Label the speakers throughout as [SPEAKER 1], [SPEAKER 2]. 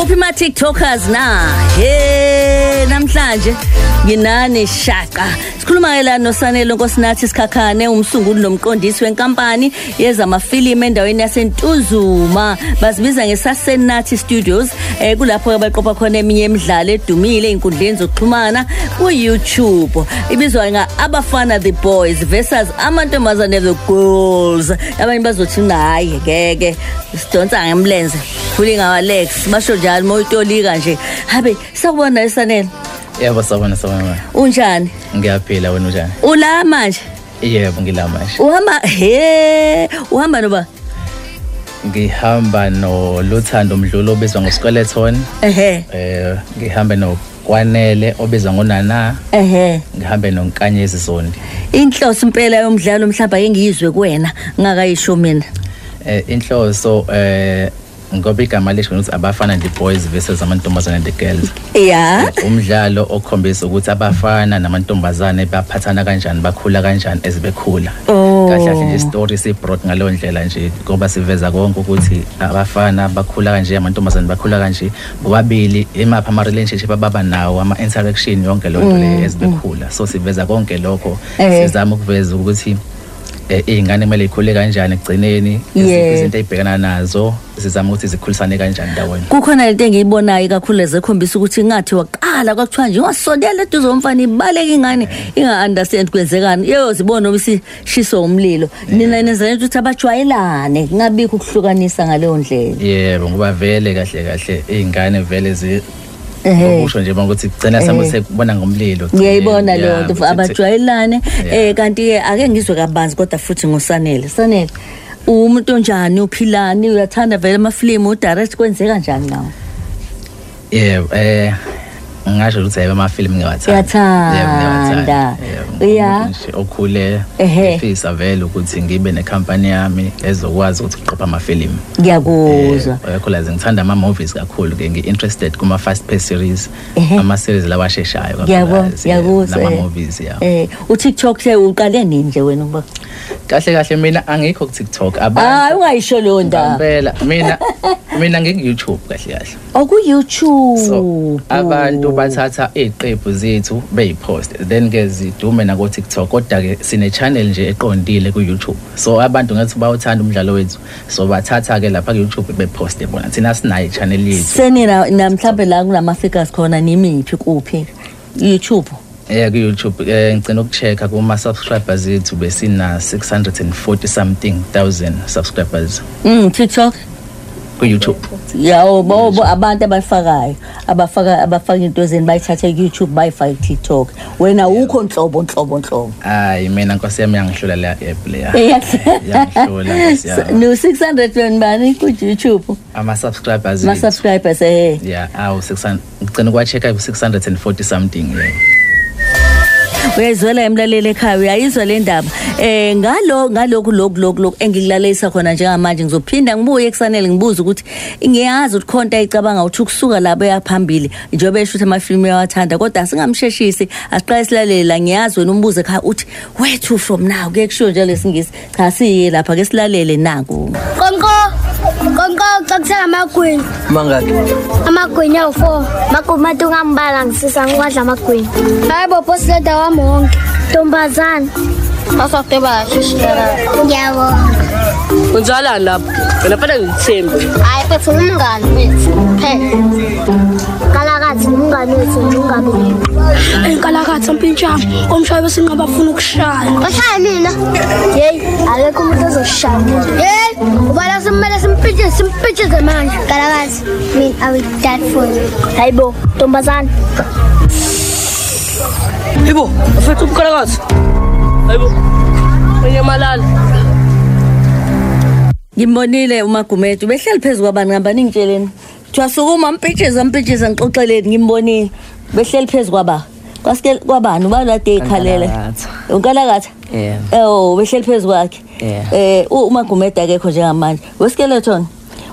[SPEAKER 1] kuphi ma-tiktokers na he namhlanje nginane shaka sikhuluma-ke la nosanele nkosinathi isikhakhane umsunguli nomqondisi wenkampani yezamafilimu endaweni yasentuzuma bazibiza ngesasenathi studios um eh, kulapho-ke baqopha khona eminye emidlalo edumile ey'nkundleni zokuxhumana ku-youtube ibizwa nga-abafana the boys versus amantombazane the girls abanye bazothi naye ngeke sidonsa ngemlenze khuli ngawa-lex basho njalo uma uyitolika nje habe sakubona esanele
[SPEAKER 2] yebo sawubona sawubona mama
[SPEAKER 1] unjani
[SPEAKER 2] ngiyaphila wena unjani
[SPEAKER 1] ula manje
[SPEAKER 2] yebo ngilama nje
[SPEAKER 1] uhamba he uhamba noba
[SPEAKER 2] ngihamba noluthando mdlulo obizwa nguskeleton
[SPEAKER 1] ehe
[SPEAKER 2] eh ngihambe nokwanele obizwa ngonana
[SPEAKER 1] ehe
[SPEAKER 2] ngihambe nonkanyezi zondi
[SPEAKER 1] inhloso impela yomdlalo mhlawumbe ake ngiyizwe kuwena ngakayisho mina
[SPEAKER 2] eh inhloso eh ngoba igama lisho ukuthi abafana the boys versus amantombazane the girls
[SPEAKER 1] ya
[SPEAKER 2] umdlalo okhombisa ukuthi abafana namantombazane baphathana kanjani bakhula kanjani as bekhula
[SPEAKER 1] Oh.
[SPEAKER 2] kahle kahle nje isitori sibroad ngaleyo ndlela nje ngoba siveza konke ukuthi abafana bakhula kanje amantombazane bakhula kanje bobabili imaphi ama-relationship ababa nawo ama-interaction yonke leyo nto leyo as bekhula so siveza konke lokho
[SPEAKER 1] Mm, Eh.
[SPEAKER 2] sizama ukuveza ukuthi eh, iy'ngane kumele yikhule kanjani ekugcineni
[SPEAKER 1] Yeah.
[SPEAKER 2] iziphi izinto ey'bhekana nazo sizama ukuthi zikhulisane kanjani ndawonye
[SPEAKER 1] kukhona lento engiyibonayo kakhulu ezekhombisa ukuthi ngathi waqala kwakuthiwa nje ungasondela eduze omfana ibaleke ingane inga-understand kwenzekani yeyo zibone oba isishiswe umlilo nina nenzela ukuthi abajwayelane kungabikho ukuhlukanisa ngaleyo ndlela
[SPEAKER 2] yebo ngoba vele kahle kahle iy'ngane vele zi-
[SPEAKER 1] Ehhe.
[SPEAKER 2] okusho nje bangokuthi kugcina sama
[SPEAKER 1] Ehhe.
[SPEAKER 2] sekubona ngomlilo
[SPEAKER 1] Eh. ngiyayibona
[SPEAKER 2] Yeah,
[SPEAKER 1] leyo nto
[SPEAKER 2] ukuthi-
[SPEAKER 1] abajwayelane um
[SPEAKER 2] Yeah.
[SPEAKER 1] kanti-ke ake ngizwe kabanzi kodwa futhi ngosanele sanele umuntu onjani uphilani uyathanda vele amafilimu udirect kwenzeka njani nawo
[SPEAKER 2] yebo eh ngingasho ukuthi ayibe amafilimu
[SPEAKER 1] Uyathanda. Uya.
[SPEAKER 2] okhule
[SPEAKER 1] Ehhe.
[SPEAKER 2] ngifisa vele ukuthi ngibe nekhampani yami ezokwazi ukuthi kuqopha amafilimu
[SPEAKER 1] ngiyakuzwa
[SPEAKER 2] kholaze ngithanda ama-movies kakhulu-ke ngi-interested kuma-fast pay series
[SPEAKER 1] Ehhe.
[SPEAKER 2] ama-series labasheshayo
[SPEAKER 1] Ngiyabo-
[SPEAKER 2] kakhulukazi, yeah,
[SPEAKER 1] ngiyakuzwa eh.
[SPEAKER 2] nama-movies ya
[SPEAKER 1] um utiktok le uqale nini nje wena uba
[SPEAKER 2] kahle kahle mina angikho ku-tiktok abantu
[SPEAKER 1] hayi ungayisho leyo ndaba
[SPEAKER 2] ngempela mina mina ngiku-youtube kahle kahle so
[SPEAKER 1] okuyoutube
[SPEAKER 2] ah, abantu bathatha iy'qephu zethu beyiposte then ke zidume nako-tiktok kodwa-ke sine-channel nje eqondile ku-youtube so abantu ngathi bawuthanda umdlalo wethu so bathatha-ke lapha ku-youtube beposte bona thina sinayo i-channel yethu
[SPEAKER 1] senina namhlawumbe la kunama-figures khona nimiphi kuphi youtube
[SPEAKER 2] um ku-youtube um ngicina uku-check-a kuma-subscribers ethu besina-640 something thousand subscribers
[SPEAKER 1] mm, tiktok
[SPEAKER 2] ku-youtube
[SPEAKER 1] yawo bobo abantu abafakayo abafaka abafaka into zeni bayithathe ku-youtube bayifake tiktok wena ukho nhlobo nhlobo nhlobo
[SPEAKER 2] hayi mina nkosi yami yangihlola la app leya
[SPEAKER 1] Eh.
[SPEAKER 2] Iyangihlula, Nkosi yami.
[SPEAKER 1] no-six hundred wenibani ku-youtube
[SPEAKER 2] ama-subscribers ethu
[SPEAKER 1] ma-subscribers ehe
[SPEAKER 2] ya awu 600 ngicina ukwachecka ku-640 something yebo
[SPEAKER 1] uyayizwela emlaleli ekhaya uyayizwa le ndaba um ngalo ngalokhu lokhu lokhu lokhu engikulalelisa khona njengamanje ngizophinda ngibuye ekusanele ngibuze ukuthi ngiyazi ukuthi khonto ayicabanga ukuthi ukusuka labo eyaphambili njengoba esho ukuthi amafilimu uyawathanda kodwa singamsheshisi asiqale silalele la ngiyazi wena umbuze ekhaya uthi where to from now kuye kushiwo njalo esingisi cha siye lapha ke silalele naku
[SPEAKER 3] konko konko xa kusela amagwinya
[SPEAKER 4] mangaki
[SPEAKER 3] amagwinya awu-four magumati ungambala ngisisa ngiwadla amagwinya hayi boposileda wam wonke ntombazana ngiyabona
[SPEAKER 5] unzalani lapho wena fana ngithembe
[SPEAKER 3] hayi phethu ngumngani wethu phela kalakathi ngumngani wethu ungabi
[SPEAKER 6] inkalakatha mpintshami omshayo besinqaba afuna ukushaya
[SPEAKER 3] oshaya mina yeyi akekho umuntu ozoshaya yeyi ubala simmele simpitshise simpitshise manje kalakazi mina i will die for you hayi bo ntombazana
[SPEAKER 5] ibo afetha umkalakatha ayibo enyamalala
[SPEAKER 1] ngimbonile umagumedu behleli phezu kwabantu ngambani ngitsheleni kuthiwa sukuma mpitshisa mpitshisa ngixoxeleni ngimbonile behleli phezu kwaba kwasike kwabani ubani ade ey'khalela
[SPEAKER 4] Unkalakatha.
[SPEAKER 1] unkalakatha
[SPEAKER 4] Yeah.
[SPEAKER 1] o behleli phezu kwakhe
[SPEAKER 4] Yeah.
[SPEAKER 1] um umagumedu akekho njengamanje wesikeleton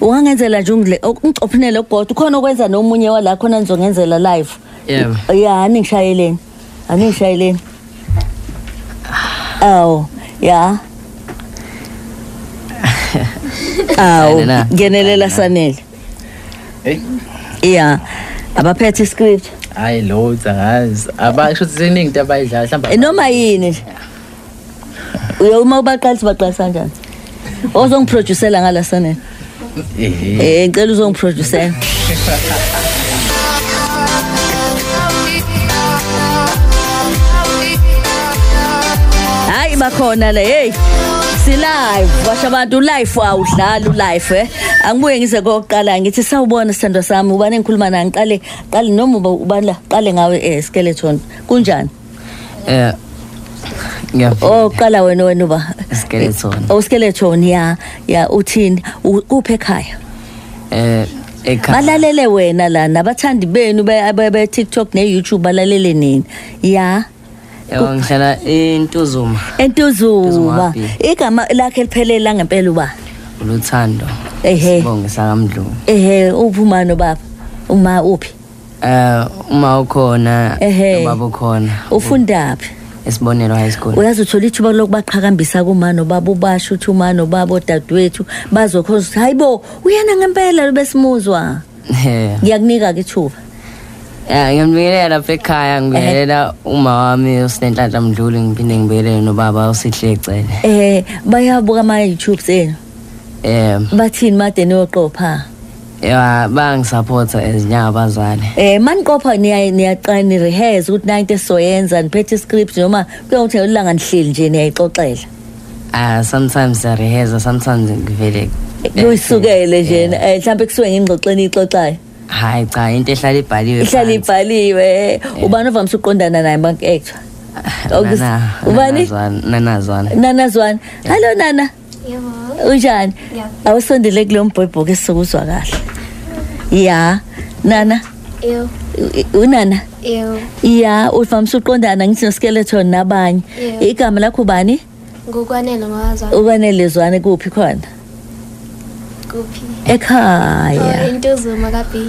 [SPEAKER 1] ungangenzela nje ungile- ungicophunele okugodwa ukhona okwenza nomunye wala khona nizongenzela live
[SPEAKER 4] Yebo.
[SPEAKER 1] Oh, ya aningishayeleni aningishayeleni awu ya awu
[SPEAKER 4] Ngenelela.
[SPEAKER 1] ngenelela sanele
[SPEAKER 2] eyi
[SPEAKER 1] ya abaphethe iscript
[SPEAKER 2] hhayi loads angazi abasho ukuthi ziningi into abayidlala
[SPEAKER 1] Eh,
[SPEAKER 2] mhlawumbe
[SPEAKER 1] noma yini nje uyo uma ubaqalisa baqalisa kanjani ozongiproducela ngala sanele
[SPEAKER 2] Ehhe.
[SPEAKER 1] eh ngicela uzongiproducela hayi bakhona le hey silive basha abantu life awudlala ulife eh angibuye ngize kokuqala ngithi sawubona sithando sami ubane ngikhuluma nawe ngiqale qale noma uba- ubala qale ngawe eh skeleton kunjani
[SPEAKER 4] Eh ngiyavuma
[SPEAKER 1] oh qala wena wena uba
[SPEAKER 4] Skeleton.
[SPEAKER 1] oh skeleton ya ya uthini U- kuphi ekhaya
[SPEAKER 4] eh ekhaya
[SPEAKER 1] balalele wena la nabathandi benu be- be be- TikTok ne YouTube balalele nini ya
[SPEAKER 4] yebo ngihlala intuzuma
[SPEAKER 1] entuzuba
[SPEAKER 4] Ntuzuma happy.
[SPEAKER 1] igama lakhe liphelela ngempela uba
[SPEAKER 4] uluthando
[SPEAKER 1] ehe
[SPEAKER 4] sibonge sakamdlulu
[SPEAKER 1] ehe uphuma no baba uma uphi
[SPEAKER 4] eh uma ukhona
[SPEAKER 1] Ehhe.
[SPEAKER 4] baba ukhona
[SPEAKER 1] ufundaphi
[SPEAKER 4] Eh, esibonelo high school
[SPEAKER 1] uyazi uthola ithuba lokubaqhakambisa kuma nobaba ubasho uthi uma nobaba odadewethu bazokhona ukuthi hayi bo uyena ngempela besimuzwa
[SPEAKER 4] eh
[SPEAKER 1] ngiyakunika-ke ithuba
[SPEAKER 4] ngiyambikelela lapha ekhaya ngibiyelela uma wami usinenhlanhla mdlulu ngiphinde ngibiyelele nobaba usihle ecele
[SPEAKER 1] eh bayabuka ama-youtubes enu
[SPEAKER 4] eh
[SPEAKER 1] bathini made niyoqopha
[SPEAKER 4] ya bangisupporta ezinyanga abazali
[SPEAKER 1] Eh maniqopha niya niyaqala ni rehearse ukuthi nanti soyenza niphethe script noma kuyonguthi ulanga nihleli nje niyayixoxela.
[SPEAKER 4] ah sometimes i rehearse sometimes ngivele
[SPEAKER 1] Kuyisukele nje eh mhlawumbe kusuke ngingxoxeni ixoxayo.
[SPEAKER 4] hayi cha into ehlala ibhaliwe
[SPEAKER 1] Ihlala
[SPEAKER 4] phansi.
[SPEAKER 1] ibhaliwe eh, ubani ovamise ukuqondana naye bank actor. Okus-
[SPEAKER 4] Ah, Nana-
[SPEAKER 1] ubani?
[SPEAKER 4] nanazwana- nanazwana
[SPEAKER 1] Nana Zwane. Hello Nana. Unjani? Awusondele kulo mbhebhoko esizokuzwa kahle. Ya. Nana,
[SPEAKER 3] Ew,
[SPEAKER 1] u- unana.
[SPEAKER 3] ew,
[SPEAKER 1] Ya, uvamise ukuqondana ngithi noskeleton nabanye.
[SPEAKER 3] Yeah.
[SPEAKER 1] Igama lakho bani?
[SPEAKER 3] ngokwanele ngowazana
[SPEAKER 1] Ukwanelezwane kuphi khona?
[SPEAKER 3] kuphi?
[SPEAKER 1] ekhaya
[SPEAKER 3] Intuzuma kabi.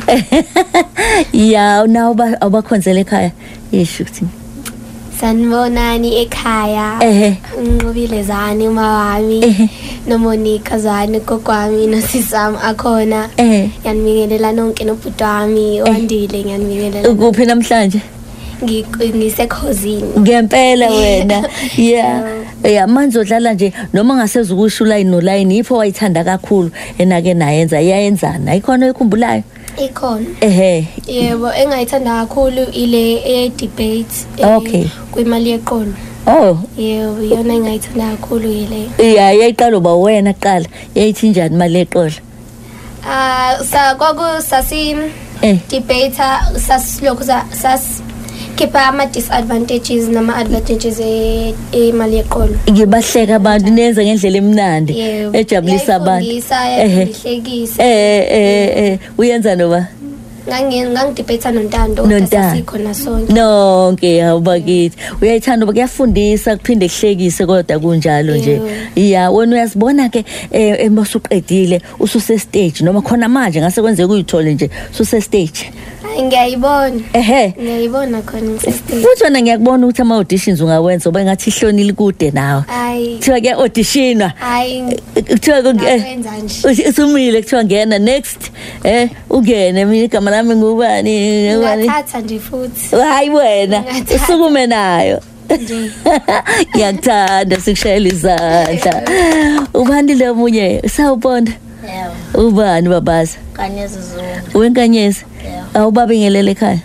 [SPEAKER 1] ya nawo abakhonzela ekhaya yesho ukuthi
[SPEAKER 3] Sanibonani ekhaya.
[SPEAKER 1] ehe
[SPEAKER 3] Unqobile zani uma
[SPEAKER 1] Ehe.
[SPEAKER 3] wami. nomonica zani gogwami nosisam akhona
[SPEAKER 1] Ehe.
[SPEAKER 3] ngiyanibingelela nonke nobhuti wami wandile ngiyanibingelela
[SPEAKER 1] ukuphi namhlanje
[SPEAKER 3] Ngi- ngisekhosini
[SPEAKER 1] ngempela wena ya ya manje udlala nje noma ngaseze ukusho ulayini nolayini yipho wayithanda kakhulu ena-ke nayenza iyayenzana ikhona oyikhumbulayo
[SPEAKER 3] ikhona
[SPEAKER 1] ehe
[SPEAKER 3] yebo engayithanda kakhulu ile e-debate eh,
[SPEAKER 1] Okay.
[SPEAKER 3] kwimali yeqolo
[SPEAKER 1] oh
[SPEAKER 3] yebo iyona engayithanda kakhulu yile
[SPEAKER 1] ya yayiqala uba wena kuqala yayithi njani mali eqola
[SPEAKER 3] Ah, sa kwaku sasi
[SPEAKER 1] Eh.
[SPEAKER 3] debater sasilokhu sa- sas khipha ama-disadvantages nama-advantages e- emali yeqolo
[SPEAKER 1] ngibahleka abantu nenza ngendlela emnandi
[SPEAKER 3] Yebo.
[SPEAKER 1] ejabulisa abantu
[SPEAKER 3] Iyayifundisa,
[SPEAKER 1] ehe
[SPEAKER 3] iyayihlekisa.
[SPEAKER 1] eh eh eh uyenza noba
[SPEAKER 3] Ngangi- ngangidibhetha nontando kodwa
[SPEAKER 1] Nontando.
[SPEAKER 3] sasikhona sonke
[SPEAKER 1] nonke yawubakithi uyayithanda uba kuyafundisa kuphinde kuhlekise kodwa kunjalo nje ya wena uyazibona ke um usuqedile ususestage noma khona manje ngase kwenzeka uyithole nje ususestage
[SPEAKER 3] Hhayi, ngiyayibona
[SPEAKER 1] ehe
[SPEAKER 3] ngiyayibona khona ngisesitezi.
[SPEAKER 1] futhi wena ngiyakubona ukuthi ama-auditions ungawenza ngoba ngathi ihlonile kude nawe
[SPEAKER 3] Hhayi,
[SPEAKER 1] kuthiwa kuya-auditionwa
[SPEAKER 3] hhayi
[SPEAKER 1] kuthiwa ku- eh,
[SPEAKER 3] ngakwenza nje
[SPEAKER 1] uthi- usumile kuthiwa ngena next um ungene mina igama lami ngubani ngubani
[SPEAKER 3] ngathatha nje futhi
[SPEAKER 1] hayi wena
[SPEAKER 3] Ngathatha.
[SPEAKER 1] usukume nayo
[SPEAKER 3] nje
[SPEAKER 1] ngiyakuthanda sikushayela izandla ubani lo munye sawubona ubani babaza
[SPEAKER 7] kanyezi zulu
[SPEAKER 1] wenkanyezi awubabingelele ekhaya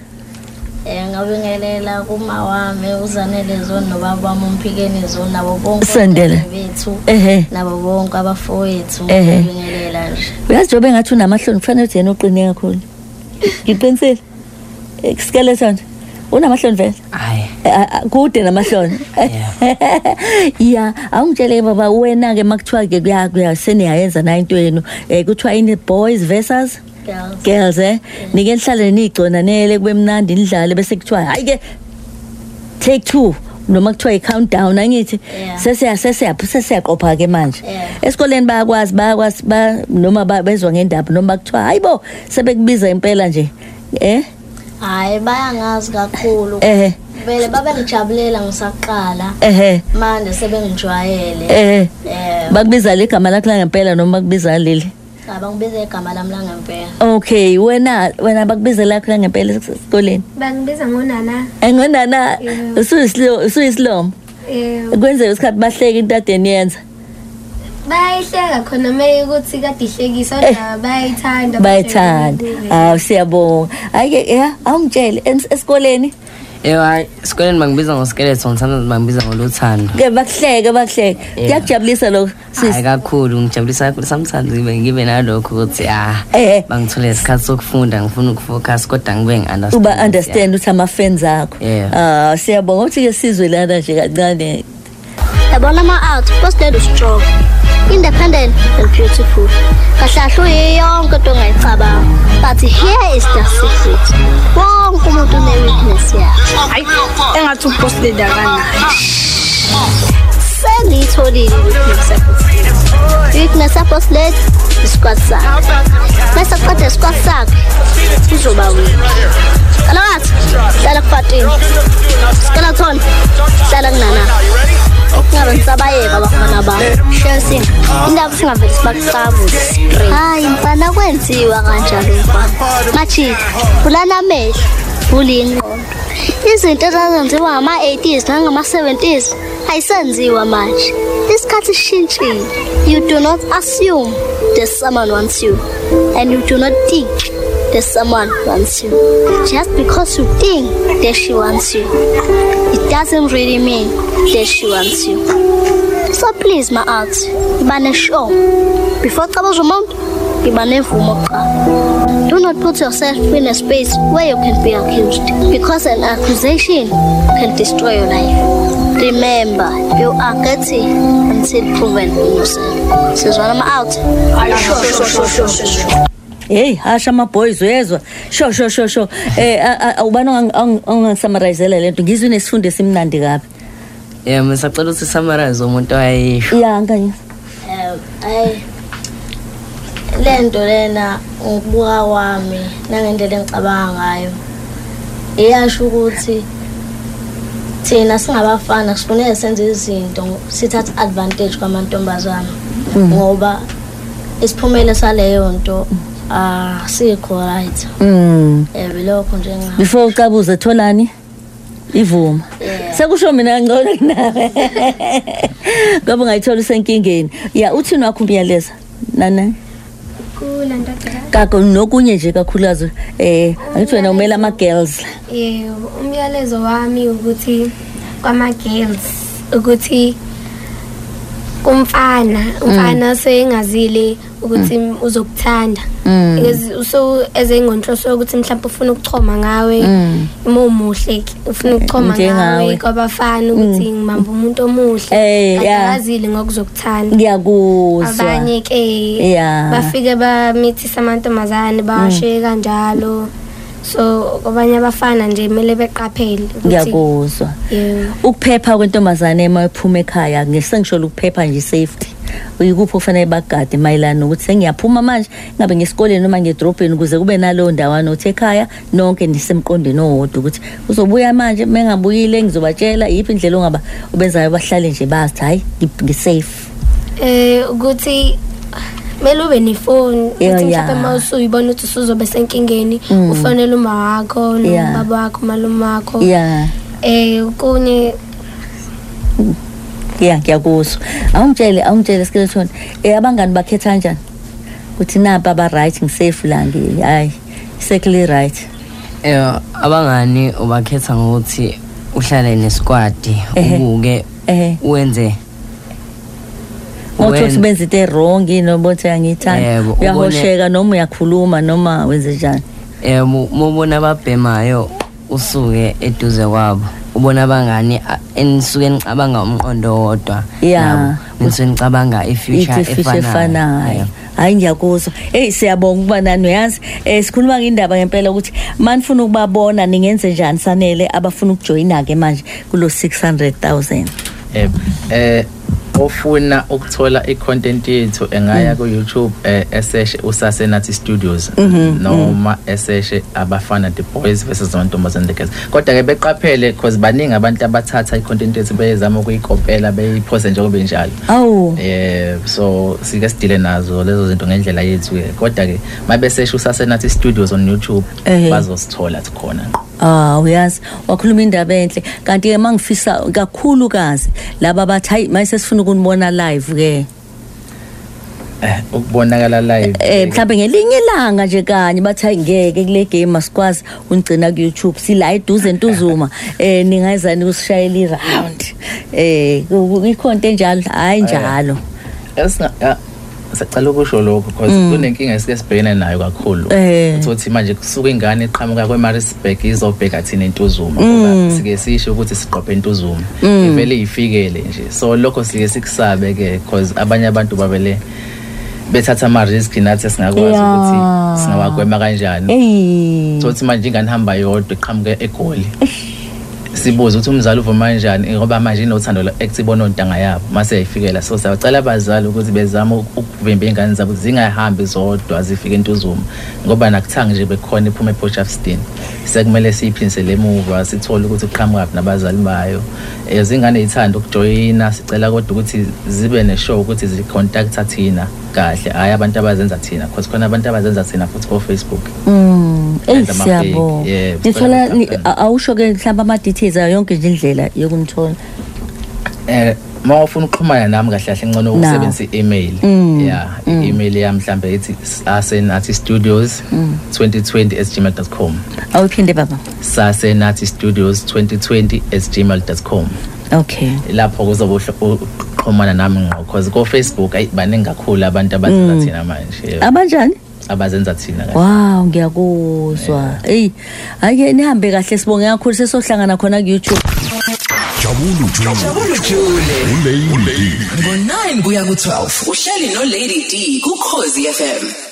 [SPEAKER 7] um ngabingelela kuma wami uzanele zulu nobaba wami umphikeni zulu nabo bonke
[SPEAKER 1] Sondela.
[SPEAKER 7] odade bethu
[SPEAKER 1] ehe
[SPEAKER 7] nabo bonke abafowethu
[SPEAKER 1] Ehhe.
[SPEAKER 7] ngabingelela nje
[SPEAKER 1] uyazi njengoba engathi unamahloni kufanele ukuthi yena uqine kakhulu ngiqinisile skeleton unamahloni vele
[SPEAKER 4] hayi
[SPEAKER 1] Eh, ah, ah, kude namahloni ya awungitshele baba wena-ke ma kuthiwa-ke kuya- kuya- seniyayenza nayo into yenu um kuthiwa ini boys versus
[SPEAKER 7] girls
[SPEAKER 1] girls eh nike nihlale niyigconanele kube mnandi nidlale bese kuthiwa hayi ke take two noma kuthiwa i-countdown angithi
[SPEAKER 7] Yeah.
[SPEAKER 1] Sesiya- sesiya- sesiyaqopha ke manje
[SPEAKER 7] Yeah.
[SPEAKER 1] esikoleni bayakwazi bayakwazi ba- noma ba- bezwa ngendaba noma kuthiwa hayi bo sebekubiza impela nje eh
[SPEAKER 7] hhayi bayangazi kakhulu
[SPEAKER 1] ehe
[SPEAKER 7] vele babengijabulela ngisaqala
[SPEAKER 1] ehe
[SPEAKER 7] manje sebengijwayele
[SPEAKER 1] ehe
[SPEAKER 7] um
[SPEAKER 1] bakubiza le gama lakho langempela noma bakubiza leli
[SPEAKER 7] abangibize igama lami langempela
[SPEAKER 1] okay wena wena bakubiza lakho langempela esikoleni
[SPEAKER 8] bangibiza ngonana
[SPEAKER 1] engonana usuyisilomo
[SPEAKER 8] um
[SPEAKER 1] kwenzeka isikhathi bahleke into ade niyenza
[SPEAKER 8] bayihleka khona maye ukuthi kade ihlekisa
[SPEAKER 1] Eh.
[SPEAKER 8] kodwa bayayithanda
[SPEAKER 1] bayithanda hawu siyabonga hhayi-ke ya awungitshele em- esikoleni
[SPEAKER 4] Yebo hayi esikoleni bangibiza ngoskeleton sometimes bangibiza ngoluthando.
[SPEAKER 1] ke bakuhleke bakuhleke
[SPEAKER 4] Yeah.
[SPEAKER 1] kuyakujabulisa lokho
[SPEAKER 4] Hayi
[SPEAKER 1] sis
[SPEAKER 4] kakhulu ngijabulisa kakhulu sometimes ngibe ngibe nalokho ukuthi ah
[SPEAKER 1] Eh, eh.
[SPEAKER 4] bangithole isikhathi sokufunda ngifuna ukufocus kodwa ngibe ngi-understand.
[SPEAKER 1] uba understand ukuthi ama-fans akho
[SPEAKER 4] Yeah.
[SPEAKER 1] Ah, siyabonga ukuthi-ke sizwe lana nje kancane
[SPEAKER 3] yabona ama-out posted strong independent and beautiful kahlahle uyiyonke into ongayicabanga but here is the secret wonke umuntu une-weakness yakhe
[SPEAKER 6] hayi engathi uposteda kanayo
[SPEAKER 3] sengiyitholile i-weakness yaposilet i-weakness yaposilet isikwati sakhe bese qeda isikwati sakhe uzoba wini kalakathi hlala kufatini sikelathona hlala kunanabo ukungabe ngisabayeka abafana bami shelsing indaba singavele sibakucabuse hayi mfana kwenziwa kanjalo mfana machika vulana amehlo vula ingqondo izinto ezazenziwa ngama-80s nangama-70s ayisenziwa manje isikhathi sishintshile you do not assume that someone wants you and you do not think that someone wants you just because you think that she wants you it doesn't really mean that she wants you so please ma art iba neshow before ucabuza umuntu iba nemvumo kuqala do not put yourself in a space where you can be accused because an accusation can destroy your life remember you are guilty until proven innocent sizwana ma out
[SPEAKER 1] heyi hasha amabhoyis uyezwa sho sho sho sho um ubani ongangisamaraizela le nto ngizwe unesifundo esimnandi kabi
[SPEAKER 4] Yeah, ngisacela ukuthi summarize umuntu owayisho.
[SPEAKER 1] ya nkanye
[SPEAKER 7] um hayi le nto lena ngokubuka kwami nangendlela engicabanga ngayo iyasho ukuthi thina singabafana sifuneke senze izinto sithathe advantage kwamantombazana ngoba isiphumelo saleyo nto ah, asikho right
[SPEAKER 1] um
[SPEAKER 7] um ilokho njenga
[SPEAKER 1] before ucabuze tholani ivuma sekusho mina ngcono kunawe ngoba ungayithola usenkingeni ya uthini wakho umyaleza nana
[SPEAKER 8] kulandadala
[SPEAKER 1] kako nokunye nje kakhulukazi um angithi wena umele ama-girls
[SPEAKER 8] yebo Eh, umyalezo wami ukuthi kwama-girls ukuthi kumfana
[SPEAKER 1] Mm.
[SPEAKER 8] umfana oseyengazile ukuthi uzokuthanda
[SPEAKER 1] Mm.
[SPEAKER 3] Mm.
[SPEAKER 8] Because uso ezengonhloso yokuthi mhlawumbe ufuna ukuchoma ngawe uma umuhle ufuna ukuchoma
[SPEAKER 1] Mm. Njengawe. Mm.
[SPEAKER 8] ngawe kwabafana ukuthi ngimamba umuntu omuhle
[SPEAKER 1] Eh,
[SPEAKER 8] kade
[SPEAKER 1] yeah.
[SPEAKER 8] akazile ngokuzokuthanda
[SPEAKER 1] ngiyakuzwa Eh,
[SPEAKER 8] abanye ke
[SPEAKER 1] Yeah.
[SPEAKER 8] bafike bamithisa amantombazane bawashiye kanjalo so kwabanye abafana nje kumele beqaphele ukuthi-
[SPEAKER 1] ngiyakuzwa
[SPEAKER 8] Yebo.
[SPEAKER 1] ukuphepha kwentombazane uma iphuma ekhaya sengisho ukuphepha nje i-safety yikuphi okufanele bagade mayelana nokuthi sengiyaphuma manje ngabe ngesikoleni noma ngedrobheni ukuze kube naleyo ndawana othi ekhaya nonke nisemqondweni owodwa ukuthi uzobuya manje uma engabuyile ngizobatshela yiphi indlela ongaba ubenzayo bahlale nje bazi hhayi ngi- ngi-safe
[SPEAKER 8] eh ukuthi kumele ube nefoni
[SPEAKER 1] Yeah,
[SPEAKER 8] ukuthi mhlawumbe
[SPEAKER 1] yeah.
[SPEAKER 8] uma usuyibona ukuthi usuzobe senkingeni ufonele uma wakho
[SPEAKER 1] Yeah.
[SPEAKER 8] nobaba wakho malume wakho
[SPEAKER 1] ya
[SPEAKER 8] um kunye
[SPEAKER 1] ya ngiyakuzwa awungitshele awungitshele skeleton um abangani bakhetha njani ukuthi napa ba-right ngisafe la ngi- hhayi sekly right
[SPEAKER 4] Yebo, Eh, abangani ubakhetha ngokuthi uhlale nesquad
[SPEAKER 1] Ehhe.
[SPEAKER 4] ubuke
[SPEAKER 1] ehe
[SPEAKER 4] wenze
[SPEAKER 1] Ngokuthi uthi
[SPEAKER 4] wen-
[SPEAKER 1] benza into erongi noma uthi angiyithanda
[SPEAKER 4] Yebo, ubone-
[SPEAKER 1] uyahosheka noma uyakhuluma noma wenze njani
[SPEAKER 4] yebo mubona Eh, ababhemayo usuke eduze kwabo ubona abangani a- enisuke nicabanga umqondo wodwa
[SPEAKER 1] Ya.
[SPEAKER 4] nabo, nisuke nicabanga i-future
[SPEAKER 1] ifisha efanayo
[SPEAKER 4] efanayo Eh.
[SPEAKER 1] hhayi ngiyakuzwa eyi siyabonga ukuba nani uyazi um sikhuluma ngindaba ngempela ukuthi ma nifuna ukubabona ningenze njani sanele abafuna ukujoyina-ke manje kulo 600 000
[SPEAKER 2] um um ofuna ukuthola i-content yethu engaya ku-youtube um eseshe usasenathi studios noma eseshe abafana the boys versus amantombazane the girls kodwa-ke beqaphele because baningi abantu abathatha i-content yethu beyezama ukuyikopela beyiphose njengoba injalo
[SPEAKER 1] awu
[SPEAKER 2] um so sike sidile nazo lezo zinto ngendlela yethu-ke kodwa-ke uma beseshe usasenathi studios on youtube
[SPEAKER 1] Ehhe.
[SPEAKER 2] bazosithola khona ngqo
[SPEAKER 1] Ah uyazi wakhuluma indaba enhle kanti ke mangifisa kakhulu kazi laba bathi hayi mayise sifuna ukunibona live ke
[SPEAKER 2] Eh, ukubonakala live
[SPEAKER 1] eh mhlambe ngelinye ilanga nje kanye bathi hayi ngeke kule game masikwazi unigcina ku YouTube sila eduze ntuzuma eh ningayizani nikusishayela iround eh ku- ikhonto enjalo hayi njalo
[SPEAKER 2] Esinga- ah, sacala ukusho lokho because kunenkinga esike sibhekene nayo kakhulu
[SPEAKER 1] Eh.
[SPEAKER 2] sokuthi manje kusuka ingane iqhamuka kwemarisburg izobheka thina entuzuma ngoba sike sisho ukuthi siqophe entuzuma ivele ifikele nje so lokho sike sikusabe-ke because abanye abantu babele bethatha ama-riski nathi esingakwazi
[SPEAKER 1] Yeah.
[SPEAKER 2] ukuthi singawagwema kanjani
[SPEAKER 1] hey
[SPEAKER 2] sokuthi manje ingane ihamba yodwa iqhamuke egoli sibuze ukuthi umzali uvuma kanjani ngoba manje inothando lo-act ibona ontanga yabo mase yayifikela so siyabacela abazali ukuthi bezame ukuvimba iy'ngane zabo zingahambi zodwa zifike entuzuma ngoba nakuthanga nje bekhona iphuma epochafston sekumele siyiphindisele emuva sithole ukuthi uqhamukaphi nabazali bayo um zingane yithanda ukujoyina sicela kodwa ukuthi zibe neshow ukuthi zicontacta thina kahle hhayi abantu abazenza thina because khona abantu abazenza thina futhi ko-facebook
[SPEAKER 1] Mm, eyi
[SPEAKER 2] Enza amafake,
[SPEAKER 1] siyabonga
[SPEAKER 2] yebo,
[SPEAKER 1] nithola
[SPEAKER 2] sicela
[SPEAKER 1] ni-
[SPEAKER 2] ukuthi-
[SPEAKER 1] a- awusho ke mhlawumbe ama-details ayo yonke nje indlela yokunithola
[SPEAKER 2] eh uma ufuna ukuxhumana nami kahle kahle ngcono
[SPEAKER 1] Na.
[SPEAKER 2] ukusebenzisa i-email
[SPEAKER 1] Mm,
[SPEAKER 2] yeah i-email yami mhlambe ithi sasenathi studios
[SPEAKER 1] Mm.
[SPEAKER 2] 2020 at gmail com
[SPEAKER 1] awuphinde baba
[SPEAKER 2] sasenathi studios 2020 at gmail com
[SPEAKER 1] okay
[SPEAKER 2] lapho kuzobe uhlo- uxhumana nami ngqo cause ko-facebook ayi baningi kakhulu abantu abazenza
[SPEAKER 1] Mm.
[SPEAKER 2] thina manje yebo,
[SPEAKER 1] abanjani
[SPEAKER 2] abazenza thina kahle
[SPEAKER 1] wow ngiyakuzwa eyi hhayi-ke nihambe kahle sibonge kakhulu sesohlangana khona ku-youtube
[SPEAKER 9] jabulu jule ulady
[SPEAKER 10] ngo-9 kuya ku-12 uhleli nolady d kukhozi fm